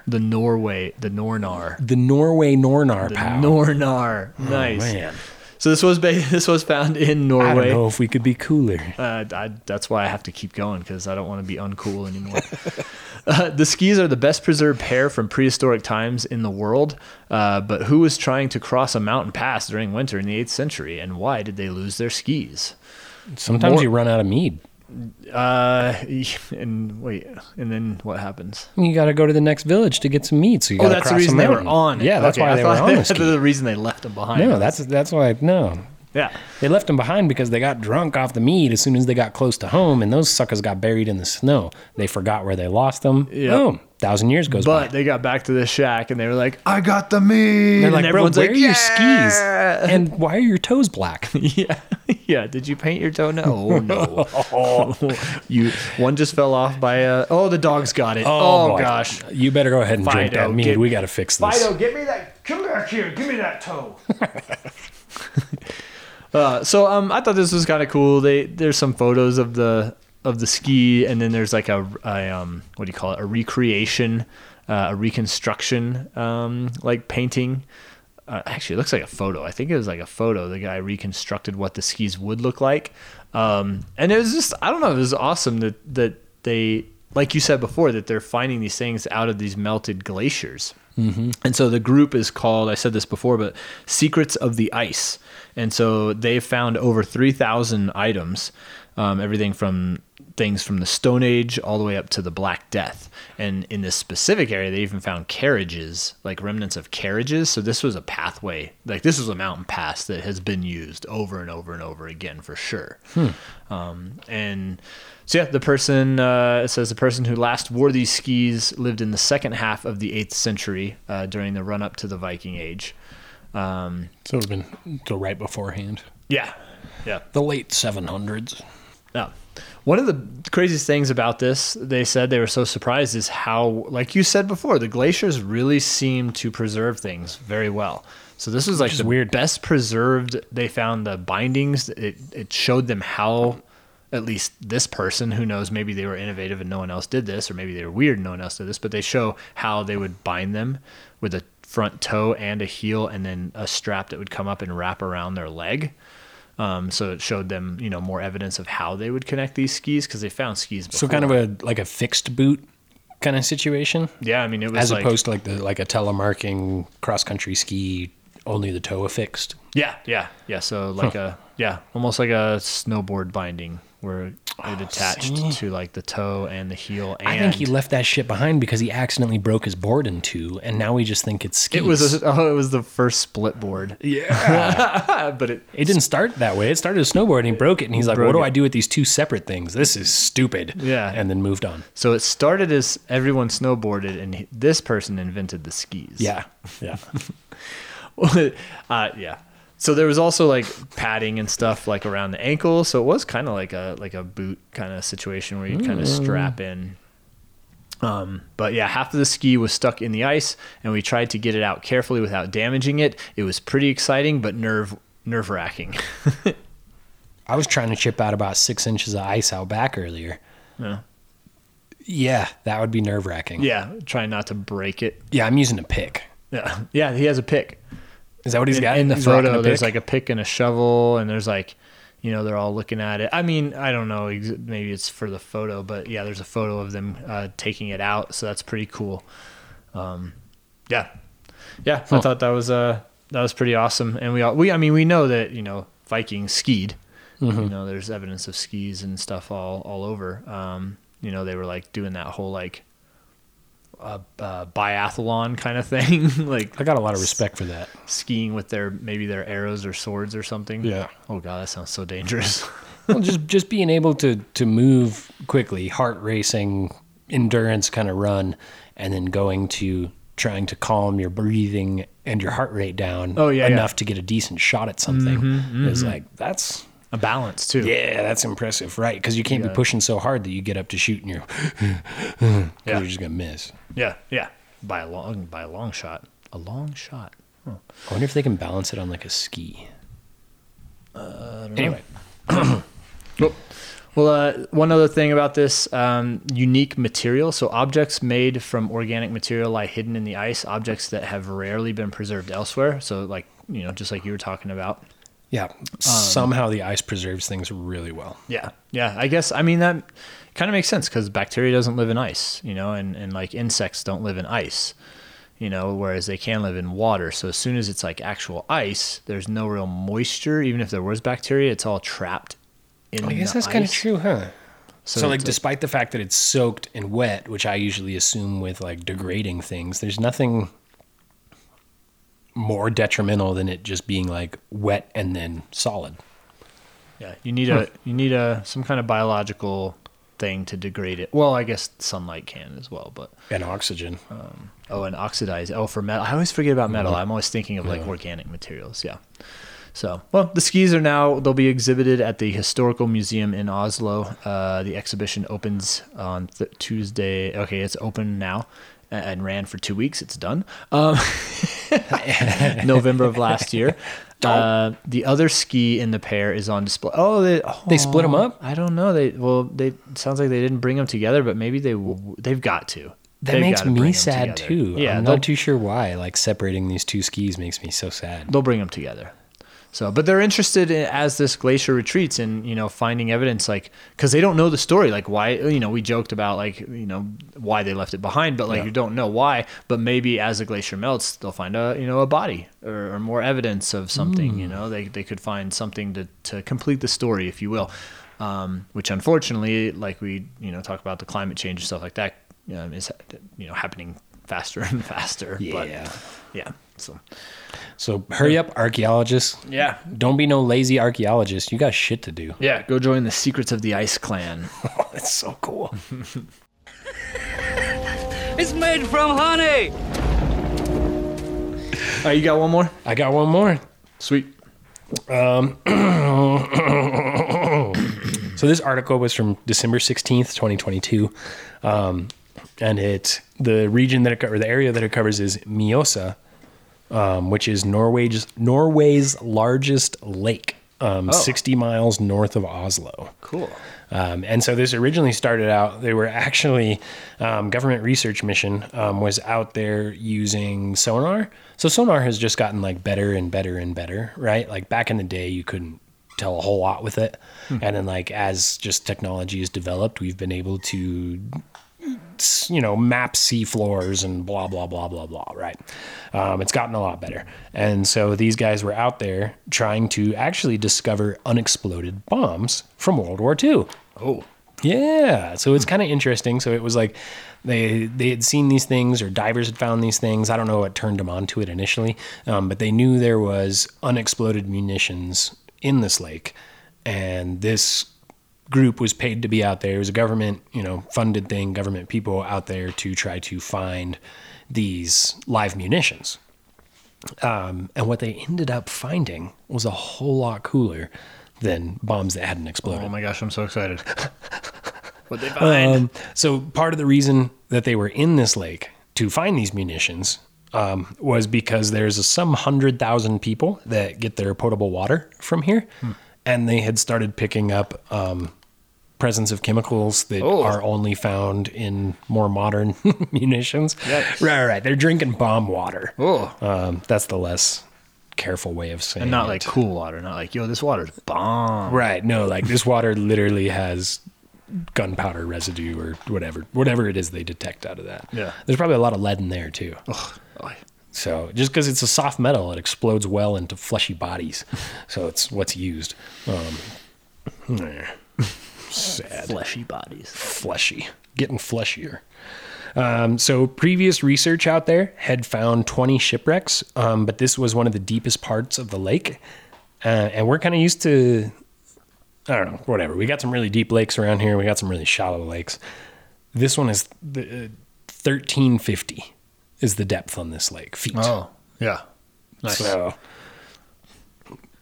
The Norway, the Nornar.
the Norway Nornar
The
pow Oh,
Nornar. Nice.
man
So this was ba- *laughs* this was found in
I don't
Norway.
know if we could be cooler
Uh, I, that's why I have to keep going because I don't want to be uncool anymore. *laughs* uh, the skis are the best preserved pair from prehistoric times in the world, uh, but who was trying to cross a mountain pass during winter in the 8th century, and why did they lose their skis?
sometimes
more-
you run out of mead
Uh, *laughs* and wait, and then what happens?
you got to go to the next village to get some mead so you
Oh,
got to
that's the reason they were on. it.
yeah that's
Okay,
why
I
they were
thought *laughs*
on the
that's
ski
the reason they left them behind.
no that's that's why no
yeah.
They left them behind because they got drunk off the mead as soon as they got close to home, and those suckers got buried in the snow. They forgot where they lost them.
Yep.
Boom. Thousand years goes
But
by.
they got back to the shack and they were like, "I got the meat."
They're
and
like, Oh, bro,
everyone's
where
like,
are your skis?
"Yeah."
And why are your toes *laughs* black?
*laughs* Yeah, yeah. Did you paint your toenail? Oh *laughs* no. you one just fell off by a. Oh, the dog's got it. Oh,
boy.
gosh.
You better go ahead and drink
Fido,
that mead.
get-
we got to fix this.
Fido, get me that. Come back here. Give me that toe. *laughs* uh, so um, I thought this was kind of cool. They there's some photos of the of the ski, and then there's like a, a um, what do you call it? A recreation, uh, a reconstruction, um, like painting. Uh, actually, it looks like a photo. I think it was like a photo. The guy reconstructed what the skis would look like, um, and it was just I don't know. It was awesome that that they like you said before that they're finding these things out of these melted glaciers. And so the group is called, I said this before, but Secrets of the Ice. And so they found over 3,000 items, um, everything from things from the Stone Age all the way up to the Black Death. And in this specific area, they even found carriages, like remnants of carriages. So this was a pathway, like this was a mountain pass that has been used over and over and over again for sure. Um, and so yeah, the person uh, it says the person who last wore these skis lived in the second half of the eighth century uh, during the run up to the Viking Age. Um,
So it would have been till right beforehand.
yeah, yeah,
The late 700s.
yeah. One of the craziest things about this, they said they were so surprised, is how, like you said before, the glaciers really seem to preserve things very well. So this was like
is
the
weird.
best preserved. They found the bindings. It, it showed them how, at least this person who knows, maybe they were innovative and no one else did this, or maybe they were weird and no one else did this, but they show how they would bind them with a front toe and a heel and then a strap that would come up and wrap around their leg. Um, so it showed them, you know, more evidence of how they would connect these skis because they found skis. Before.
So kind of a like a fixed boot kind of situation,
yeah. I mean, it was
as
like,
opposed to like the like a telemarking cross country ski, only the toe affixed.
Yeah, yeah, yeah. So like a yeah, almost like a snowboard binding where it attached
Oh, see?
to like the toe and the heel. And
I think he left that shit behind because he accidentally broke his board in two, and now we just think it's skis.
It was a, oh, *laughs* it was the first split board. Yeah, *laughs* but it
it didn't start that way. It started a snowboard, and he broke it, and he's like,
broke
"What do
it.
I do with these two separate things? This is stupid."
Yeah.
and then moved on.
so it started as everyone snowboarded, and he- this person invented the skis.
Yeah, yeah.
*laughs* uh, yeah. So there was also like padding and stuff like around the ankle, so it was kind of like a like a boot kind of situation where you'd kind of strap in. Um, but yeah, half of the ski was stuck in the ice, and we tried to get it out carefully without damaging it. It was pretty exciting, but nerve nerve wracking.
I was trying to chip out about six inches of ice out back earlier. Yeah, that would be nerve
*laughs*
wracking.
yeah, trying not to break it. *laughs*
yeah. I'm using a pick.
Yeah, yeah. He has a pick.
Is that what he's
in,
got
in the
He's rocking
photo
a
there's
pick?
like a pick and a shovel and there's like you know they're all looking at it i mean i don't know ex- maybe it's for the photo but yeah there's a photo of them uh, taking it out so that's pretty cool um, yeah yeah i thought that was uh that was pretty awesome and we all we i mean we know that you know vikings skied You know, there's evidence of skis and stuff all all over. Um, you know, they were like doing that whole like uh, uh, biathlon kind of *laughs* thing, like
I got a lot of respect for that.
skiing with their maybe their arrows or swords or something.
Yeah.
Oh god, that sounds so dangerous.
well, just just being able to to move quickly, heart racing, endurance kind of run, and then going to trying to calm your breathing and your heart rate down.
Oh, yeah, Mm-hmm, yeah.
enough to get a decent shot at something. It's like that's
*laughs* A balance too.
yeah, that's impressive, right? Because you can't be pushing so hard that you get up to shoot and you're *laughs* 'cause
Yeah.
you're just gonna miss.
Yeah. Yeah. By a long by a long shot. A long shot. Huh.
I wonder if they can balance it on like a ski. Uh, anyway,
Well, uh, one other thing about this um, unique material. So, objects made from organic material lie hidden in the ice, objects that have rarely been preserved elsewhere. So, like, you know, just like you were talking about. Um,
yeah. Somehow the ice preserves things really well.
Yeah. Yeah. I guess, I mean, that kind of makes sense because bacteria doesn't live in ice, you know, and, and like insects don't live in ice, you know, whereas they can live in water. So, as soon as it's like actual ice, there's no real moisture. Even if there was bacteria, it's all trapped in
I guess
the
that's kind of
ice.
true, huh? So,
So
like,
it's-
despite the fact that it's soaked and wet, which I usually assume with like degrading things, there's nothing more detrimental than it just being like wet and then solid.
Yeah, you need a you need a some kind of biological thing to degrade it. Well, I guess sunlight can as well, but
And oxygen.
oh, and oxidize. Oh, for metal, I always forget about
Mm-hmm.
metal. I'm always thinking of like organic materials. Yeah. So, well, the skis are now they'll be exhibited at the historical museum in Oslo. Uh, the exhibition opens on th- Tuesday. Okay, it's open now a- and ran for two weeks. It's done. Um, *laughs* November of last
*laughs*
year.
Oh.
Uh, the other ski in the pair is on display. Oh, they
They split 'em
oh,
up?
I don't know. They well, they it sounds like they didn't bring them together, but maybe they w- they've got to.
That
They've
makes
gotta bring
me
'em
sad
together.
too.
Yeah,
I'm
they'll,
not too sure why. Like, separating these two skis makes me so sad.
they'll bring them together. So, but they're interested in, as this glacier retreats in you know finding evidence like because they don't know the story like why you know we joked about like you know why they left it behind but like you don't know why but maybe as the glacier melts they'll find a you know a body or, or more evidence of something
Mm.
you know they they could find something to to complete the story if you will, um, which unfortunately like we you know talk about the climate change and stuff like that um, is you know happening faster and *laughs* faster
Yeah.
but, yeah so
So, hurry up, archaeologists.
yeah
Don't be no lazy archaeologist. You got shit to do.
Yeah, go join the Secrets of the Ice *laughs* Clan.
*laughs* That's so cool.
It's made from honey.
All right, you got one more?
I got one more.
Sweet.
So this article was from December 16th, 2022. Um, and it the region that it co- or the area that it covers is Mjosa, um, which is Norway's Norway's largest lake, um, 60 miles north of Oslo.
Cool.
Um, and so this originally started out. They were actually um, government research mission um, was out there using sonar. So sonar has just gotten like better and better and better, right? Like back in the day, you couldn't tell a whole lot with it, and then like as just technology has developed, we've been able to s- you know, map sea floors and blah, blah, blah, blah, blah, right? Um, it's gotten a lot better. And so these guys were out there trying to actually discover unexploded bombs from World War II.
Oh.
Yeah, so it's kind of interesting. So it was like they they had seen these things, or divers had found these things. I don't know what turned them onto it initially, um, but they knew there was unexploded munitions in this lake, and this group was paid to be out there. It was a government, you know, funded thing, government people out there to try to find these live munitions. Um, and what they ended up finding was a whole lot cooler than bombs that hadn't exploded.
Oh my gosh, I'm so excited. what they find?
Um, so part of the reason that they were in this lake to find these munitions um, was because there's some hundred thousand people that get their potable water from here,
Hmm.
and they had started picking up um, presence of chemicals that
Oh.
are only found in more modern *laughs* munitions.
Yikes.
Right, right, right. They're drinking bomb water.
oh.
Um, that's the less careful way of saying.
And not
it.
like cool water, not like, yo, this water's bomb.
Right. No, like this water literally has gunpowder residue or whatever, whatever it is they detect out of that.
Yeah.
There's probably a lot of lead in there too.
Oh,
So just because it's a soft metal, it explodes well into fleshy bodies. So it's what's used. Um, Sad.
Fleshy bodies.
fleshy, getting fleshier. Um, so previous research out there had found 20 shipwrecks, um, but this was one of the deepest parts of the lake, uh, and we're kind of used to, I don't know, whatever. We got some really deep lakes around here. We got some really shallow lakes. This one is th- uh, 1350 is the depth on this lake feet.
Oh, yeah. Nice.
So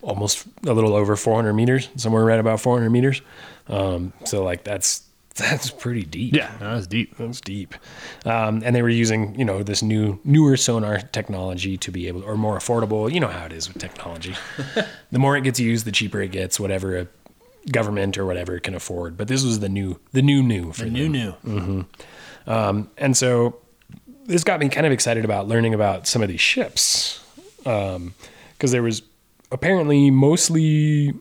almost a little over 400 meters, somewhere right about 400 meters. Um, so like that's *laughs* that's pretty deep.
yeah, that was deep.
That was deep. Um, and they were using, you know, this new newer sonar technology to be able or more affordable. You know how it is with technology. *laughs* the more it gets used, the cheaper it gets, whatever a government or whatever can afford. But this was the new the new new for
New, new.
Mm.
and so this got me kind of excited about learning about some of these ships because there was apparently mostly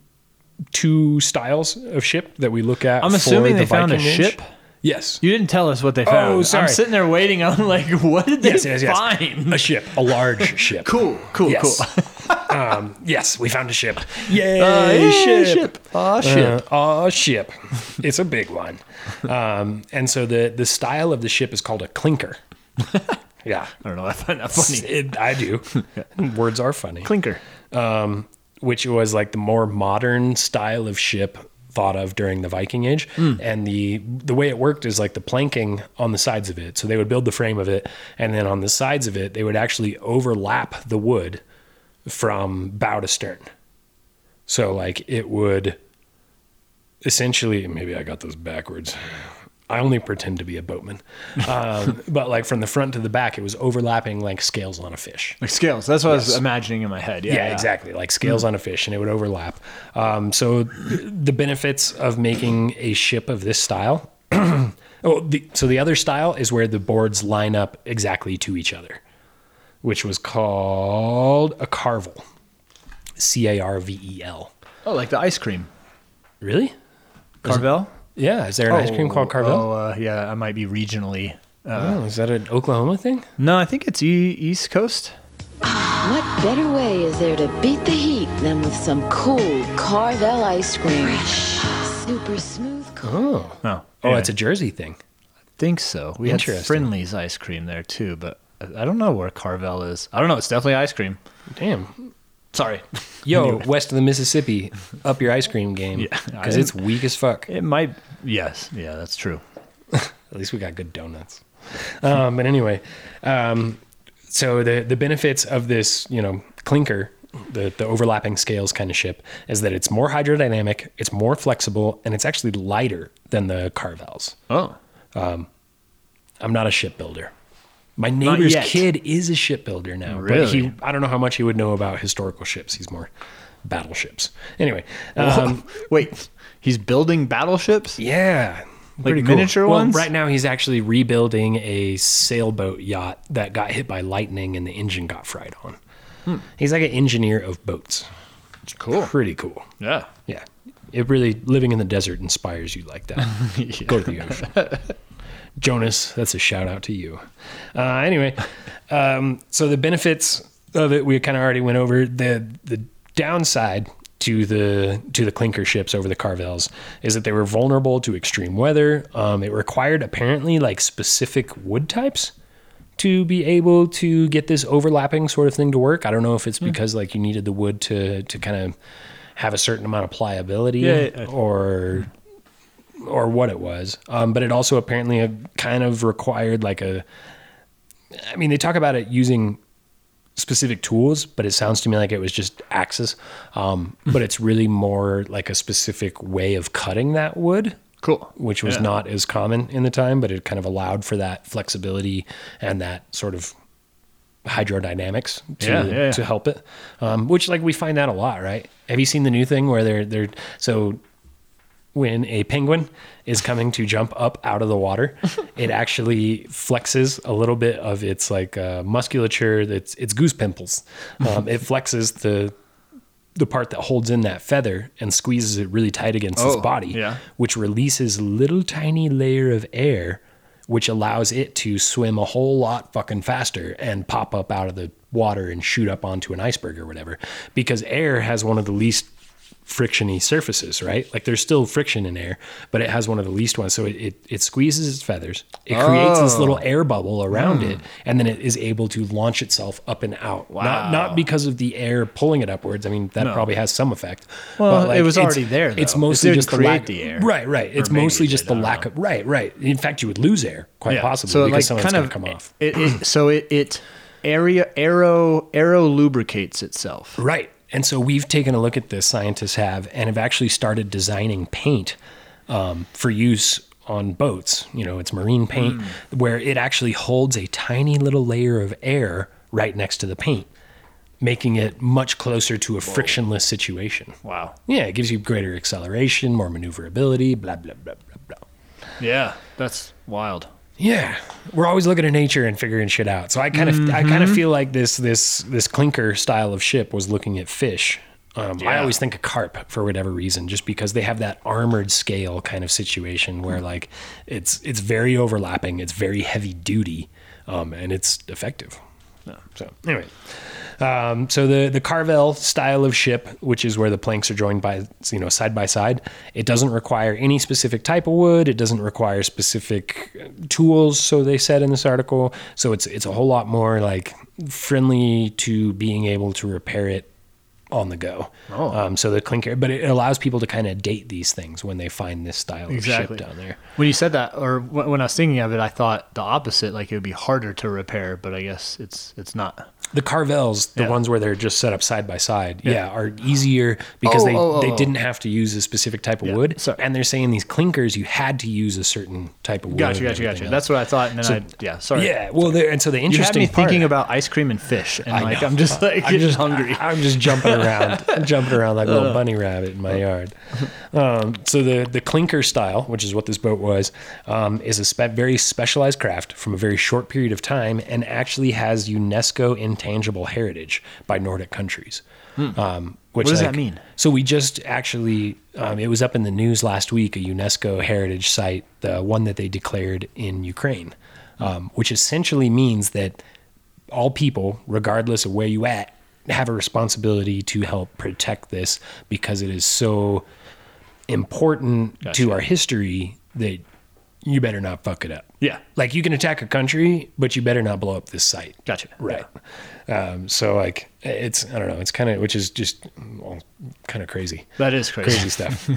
two styles of ship that we look at
I'm
for
assuming
the
they found a
Viking Age.
ship.
yes
You didn't tell us what they
Oh,
found.
sorry.
I'm sitting there waiting. I'm
*laughs*
like, what did they
yes yes yes
find?
a ship a large ship
Cool, cool,
yes.
cool.
*laughs* um, yes, we found a ship. Yay,
Oh,
ship. Uh, a ship. It's a big one. Um, and so the the style of the ship is called
*laughs*
a clinker. Yeah.
I don't know. I find that funny.
It- I
*laughs*
do. Words are funny.
Clinker.
Um, which was like the more modern style of ship thought of during the Viking Age. And the the way it worked is like the planking on the sides of it. So they would build the frame of it and then on the sides of it they would actually overlap the wood from bow to stern. So like it would essentially maybe I got those backwards. I only pretend to be a boatman. Um, but like from the front to the back it was overlapping like scales on a fish.
Like scales. That's what I was imagining in my head. Yeah,
Yeah, Hmm. exactly. Like scales on a fish, and it would overlap. Um, so, the benefits of making a ship of this style. *clears throat* oh, the, so the other style is where the boards line up exactly to each other, which was called a carvel. C A R V E L.
Oh, like the ice cream.
Really?
Carvel?
Yeah. Is there an ice cream called carvel?
Oh, uh, yeah. I might be regionally.
oh, is that an Oklahoma thing?
No, I think it's e- East Coast.
What better way is there to beat the heat than with some cool Carvel ice cream? Super smooth.
Oh.
Oh,
Oh,
yeah.
it's a Jersey thing.
think so. We had
Interesting.
Friendly's ice cream there too, but I I don't know where Carvel is. I don't know. It's definitely ice cream.
Damn.
Sorry. *laughs*
Yo, west of the Mississippi, up your ice cream *laughs* game
Yeah, I
because it's weak as fuck.
It might. Yes. Yeah, that's true.
At least we got good donuts. Um, but anyway, um, so the the benefits of this, you know, clinker, the the overlapping scales kind of ship, is that it's more hydrodynamic, it's more flexible, and it's actually lighter than the Carvels.
Oh.
I'm not a shipbuilder. My neighbor's
yet.
kid is a shipbuilder now, but he
Really?
I don't know how much he would know about historical ships. He's more battleships. Anyway, um,
*laughs* Wait. He's building battleships?
Yeah.
Pretty cool. miniature
Well,
ones?
right now he's actually rebuilding a sailboat yacht that got hit by lightning and the engine got fried on.
Hmm.
He's like an engineer of boats. It's cool. Pretty cool.
Yeah.
Yeah. It really living in the desert inspires you like that.
*laughs*
Go to the ocean. Jonas, that's a shout out to you. Uh, anyway, um, so the benefits of it we kind of already went over. The the downside to the to the clinker ships over the Carvels is that they were vulnerable to extreme weather. Um, it required apparently like specific wood types to be able to get this overlapping sort of thing to work. I don't know if
Hmm.
it's because like you needed the wood to to kind of have a certain amount of pliability
Yeah,
or or what it was. Um, but it also apparently uh, kind of required like a I mean they talk about it using specific tools, but it sounds to me like it was just axes. Um,
Hmm.
but it's really more like a specific way of cutting that wood
Cool.
which was
Yeah.
not as common in the time, but it kind of allowed for that flexibility and that sort of hydrodynamics to,
Yeah, yeah, yeah.
to help it. Um, which like we find that a lot, right? Have you seen the new thing where they're they're so when a penguin is coming to jump up out of the water, it actually flexes a little bit of its like uh, musculature. That's its goose pimples. Um, it flexes the the part that holds in that feather and squeezes it really tight against its
Oh,
body,
yeah.
which releases little tiny layer of air, which allows it to swim a whole lot fucking faster and pop up out of the water and shoot up onto an iceberg or whatever. Because air has one of the least frictiony surfaces, right? Like there's still friction in air, but it has one of the least ones. So it, it, it squeezes its feathers. It creates this little air bubble around it, and then it is able to launch itself up and out. Wow. Not, not because of the air pulling it upwards. I mean, that probably has some effect.
Well,
But,
it was
it's-
already there,
It's
though.
mostly
It didn't
just the
create
lack
the air.
Right, right. It's
maybe
mostly
it
just
did,
the
I don't
lack of right, right. In fact, you would lose air quite
Yeah.
possibly
So
because
like
some of
kind
it's
of
going to come off.
It,
*clears throat*
it, so it it area aero aero lubricates itself.
Right. And so we've taken a look at this, scientists have, and have actually started designing paint um, for use on boats. You know, it's marine paint
Hmm.
where it actually holds a tiny little layer of air right next to the paint, making it much closer to a frictionless situation.
Wow.
Yeah, it gives you greater acceleration, more maneuverability, blah, blah, blah, blah, blah.
Yeah, that's wild.
Yeah, we're always looking at nature and figuring shit out. So I kind of, I kind of feel like this, this, this clinker style of ship was looking at fish. Um, I always think of carp for whatever reason, just because they have that armored scale kind of situation where like it's it's very overlapping, it's very heavy duty, um, and it's effective. So anyway, um, so the the Carvel style of ship, which is where the planks are joined by you know side by side, it doesn't require any specific type of wood. It doesn't require specific uh, tools, so they said in this article. So it's it's a whole lot more like friendly to being able to repair it on the go. Um, so the clinker, but it allows people to kind of date these things when they find this style
Exactly.
of ship down there.
When you said that, or wh- when I was thinking of it, I thought the opposite. Like it would be harder to repair, but I guess it's it's not.
The Carvels, the
Yeah.
ones where they're just set up side by side, yeah, are easier because
Oh,
they,
oh, oh,
they
oh.
didn't have to use a specific type of
Yeah,
wood.
sorry.
And they're saying these clinkers, you had to use a certain type of wood.
Gotcha, gotcha,
and everything
gotcha.
else.
That's what I thought, and then
So-
I yeah. Sorry.
yeah. Well, there- and so the
You had
interesting
me
part,
thinking about ice cream and fish, and like
know.
I'm
*laughs*
just like *laughs*
I'm just
hungry. Uh.
I, am just jumping
*laughs*
around, I'm jumping around like a little bunny rabbit in my yard. Um, so the the clinker style, which is what this boat was, um, is a spe- very specialized craft from a very short period of time, and actually has UNESCO intangible heritage by Nordic countries. Um, which,
Hmm. What does that
like-
mean?
So we just actually, um, it was up in the news last week, a UNESCO heritage site, the one that they declared in Ukraine, um, which essentially means that all people, regardless of where you at, have a responsibility to help protect this because it is so important to our history that you better not fuck it up.
Yeah.
Like you can attack a country, but you better not blow up this site.
Gotcha.
Right. Um, so like it's I don't know, it's kind of which is just well, kind of crazy.
That is crazy. *laughs*
Crazy stuff.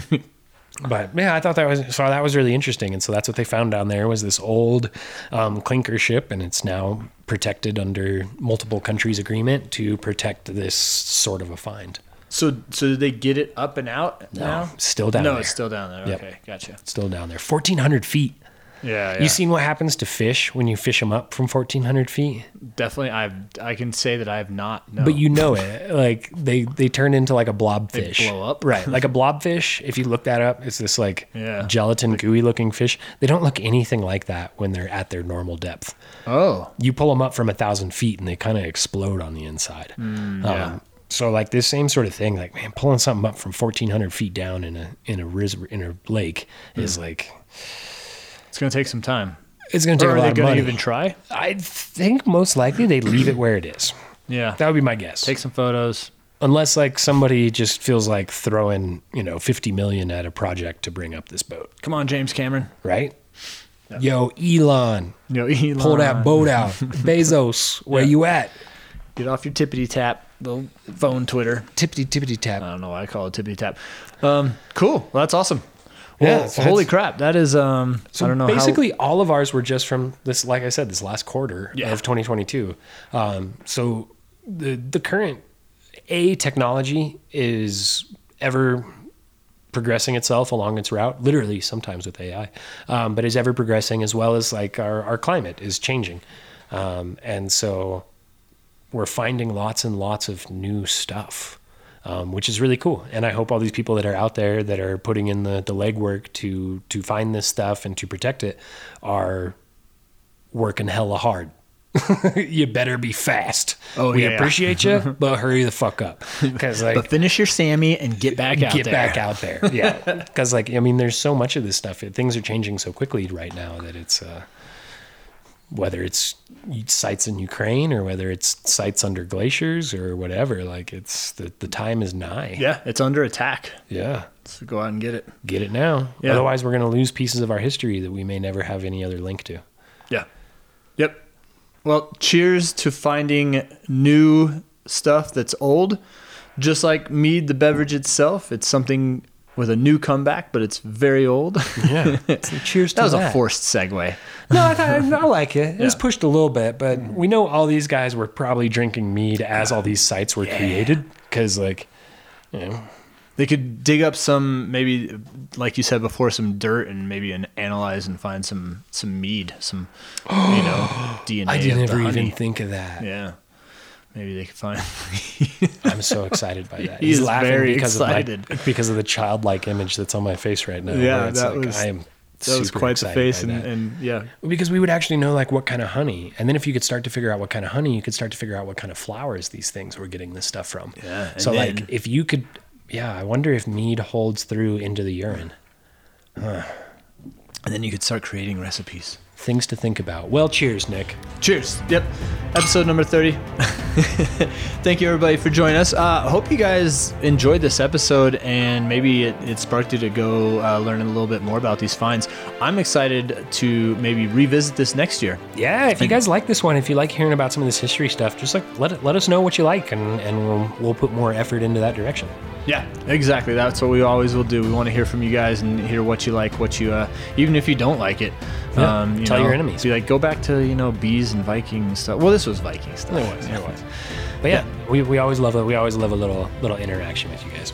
But yeah, I thought that was so that was really interesting, and so that's what they found down there was this old um, clinker ship, and it's now protected under multiple countries' agreement to protect this sort of a find. Um,
So, so did they get it up and out now?
Still down
no,
there.
it's still down there.
Yep.
Okay, gotcha.
still down there. Fourteen hundred feet.
Yeah,
You seen what happens to fish when you fish them up from fourteen hundred feet?
definitely. I've I can say that I have not. No.
But you know it, like they they turn into like a blobfish.
blow up.
right? Like a blobfish. If you look that up, it's this like
Yeah.
gelatin gooey looking fish. They don't look anything like that when they're at their normal depth.
oh
you pull them up from a thousand feet and they kind of explode on the inside.
Mm,
um, so like this same sort of thing, like man, pulling something up from fourteen hundred feet down in a in a riz, in a lake
Hmm.
is like
It's gonna take some time.
it's going to
Or
take
are
a
they
lot of
gonna
money.
even try?
I think most likely they leave it where it is.
Yeah.
That would be my guess.
take some photos.
Unless like somebody just feels like throwing you know fifty million at a project to bring up this boat,
Come on, James Cameron.
right? Yo, Elon,
No, Elon.
pull
Uh.
that boat out. Bezos, where you at?
Get off your tippity tap. The phone Twitter.
Tippity tippity tap.
I don't know why I call it tippity tap. Um, cool. Well, that's awesome.
Yeah,
Well,
that's-
holy crap. That is. Um,
So
I don't know. how-
basically, all of ours were just from this, like I said, this last quarter of 2022. Um, so the the current a technology is ever progressing itself along its route, literally sometimes with AI, um, but is ever progressing as well as like our our climate is changing, um, and so we're finding lots and lots of new stuff, um, which is really cool. And I hope all these people that are out there that are putting in the, the legwork to to find this stuff and to protect it are working hella hard. *laughs* you better be fast.
Oh,
we
yeah, yeah. *laughs*
appreciate you, but hurry the fuck up. Because like
but finish your Sammy and get back out
get
there.
back out there. Yeah, *laughs* because like I mean, there's so much of this stuff. Things are changing so quickly right now that it's uh, whether it's sites in Ukraine or whether it's sites under glaciers or whatever. Like it's the, the time is nigh.
Yeah, it's under attack.
Yeah.
So go out and get it.
Get it now.
Yeah.
Otherwise, we're going to lose pieces of our history that we may never have any other link to.
Yeah. Yep.
Well, cheers to finding new stuff that's old. Just like mead, the beverage itself, it's something with a new comeback, but it's very old.
*laughs*
Yeah. cheers to
that was a
that.
forced segue.
No, I, I, I like it. It was
Yeah.
pushed a little bit, but we know all these guys were probably drinking mead as all these sites were created because, like,
They could dig up some
Maybe, like you said before, some dirt and maybe an analyze and find some some mead, some you know
*gasps*
DNA.
I
of
didn't
the
ever
honey.
even think of that.
Yeah. Maybe they could
*laughs*
*laughs*
find.
I'm so excited by
*laughs*
that.
He
He's
is
laughing
very
because of my,
excited.
*laughs* because of the childlike image that's on my face right now.
Yeah,
where it's
that
like,
was-
I am
That was
super
quite the
excited
face,
by
and,
that.
and yeah,
because we would actually know like what kind of honey, and then if you could start to figure out what kind of honey, you could start to figure out what kind of flowers these things were getting this stuff from.
Yeah, and
So
then-
like if you could, yeah, I wonder if mead holds through into the urine.
and then you could start creating recipes.
Things to think about. Well, cheers, Nick.
Cheers. Yep. Episode number 30. *laughs* Thank you, everybody, for joining us. Uh, I hope you guys enjoyed this episode and maybe it, it sparked you to go uh, learn a little bit more about these finds. I'm excited to maybe revisit this next year.
Yeah, if you guys like this one, if you like hearing about some of this history stuff, just like let it, let us know what you like, and and we'll we'll put more effort into that direction.
Yeah.
Exactly. That's what we always will do. We want to hear from you guys and hear what you like, what you, uh, even if you don't like it.
Yeah.
um,
Tell your enemies.
Be like, go back to you know bees and Viking stuff. Well, this was Viking stuff.
It was, it was. But yeah, we, we always love a, we always love a little little interaction with you guys.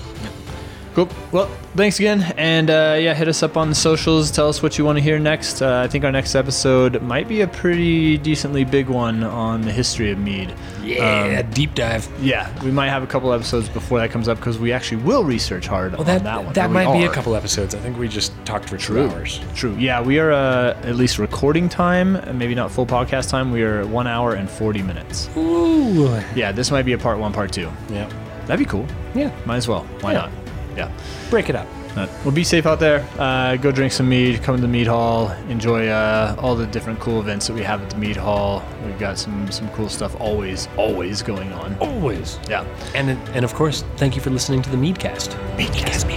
Cool. Well, thanks again. And uh, yeah, hit us up on the socials. Tell us what you want to hear next. Uh, I think our next episode might be a pretty decently big one on the history of mead. Uh,
Yeah, deep dive.
Yeah, we might have a couple episodes before that comes up because we actually will research hard
Well,
on
Well, Oh, that
that one.
that,
or we
might be a
are.
couple episodes. I think we just talked for two hours.
True. Yeah, we are uh, at least recording time, and maybe not full podcast time. We are one hour and forty minutes.
Ooh.
Yeah, this might be a part one, part two.
Yeah.
That'd be cool.
Yeah.
Might as well. Why
Yeah.
not? Yeah.
Break it up.
Uh, well, be safe out there. Uh, go drink some mead. Come to the mead hall. Enjoy uh, all the different cool events that we have at the mead hall. We've got some some cool stuff always always going on.
Always.
Yeah.
And and of course, thank you for listening to the Meadcast. Meadcast.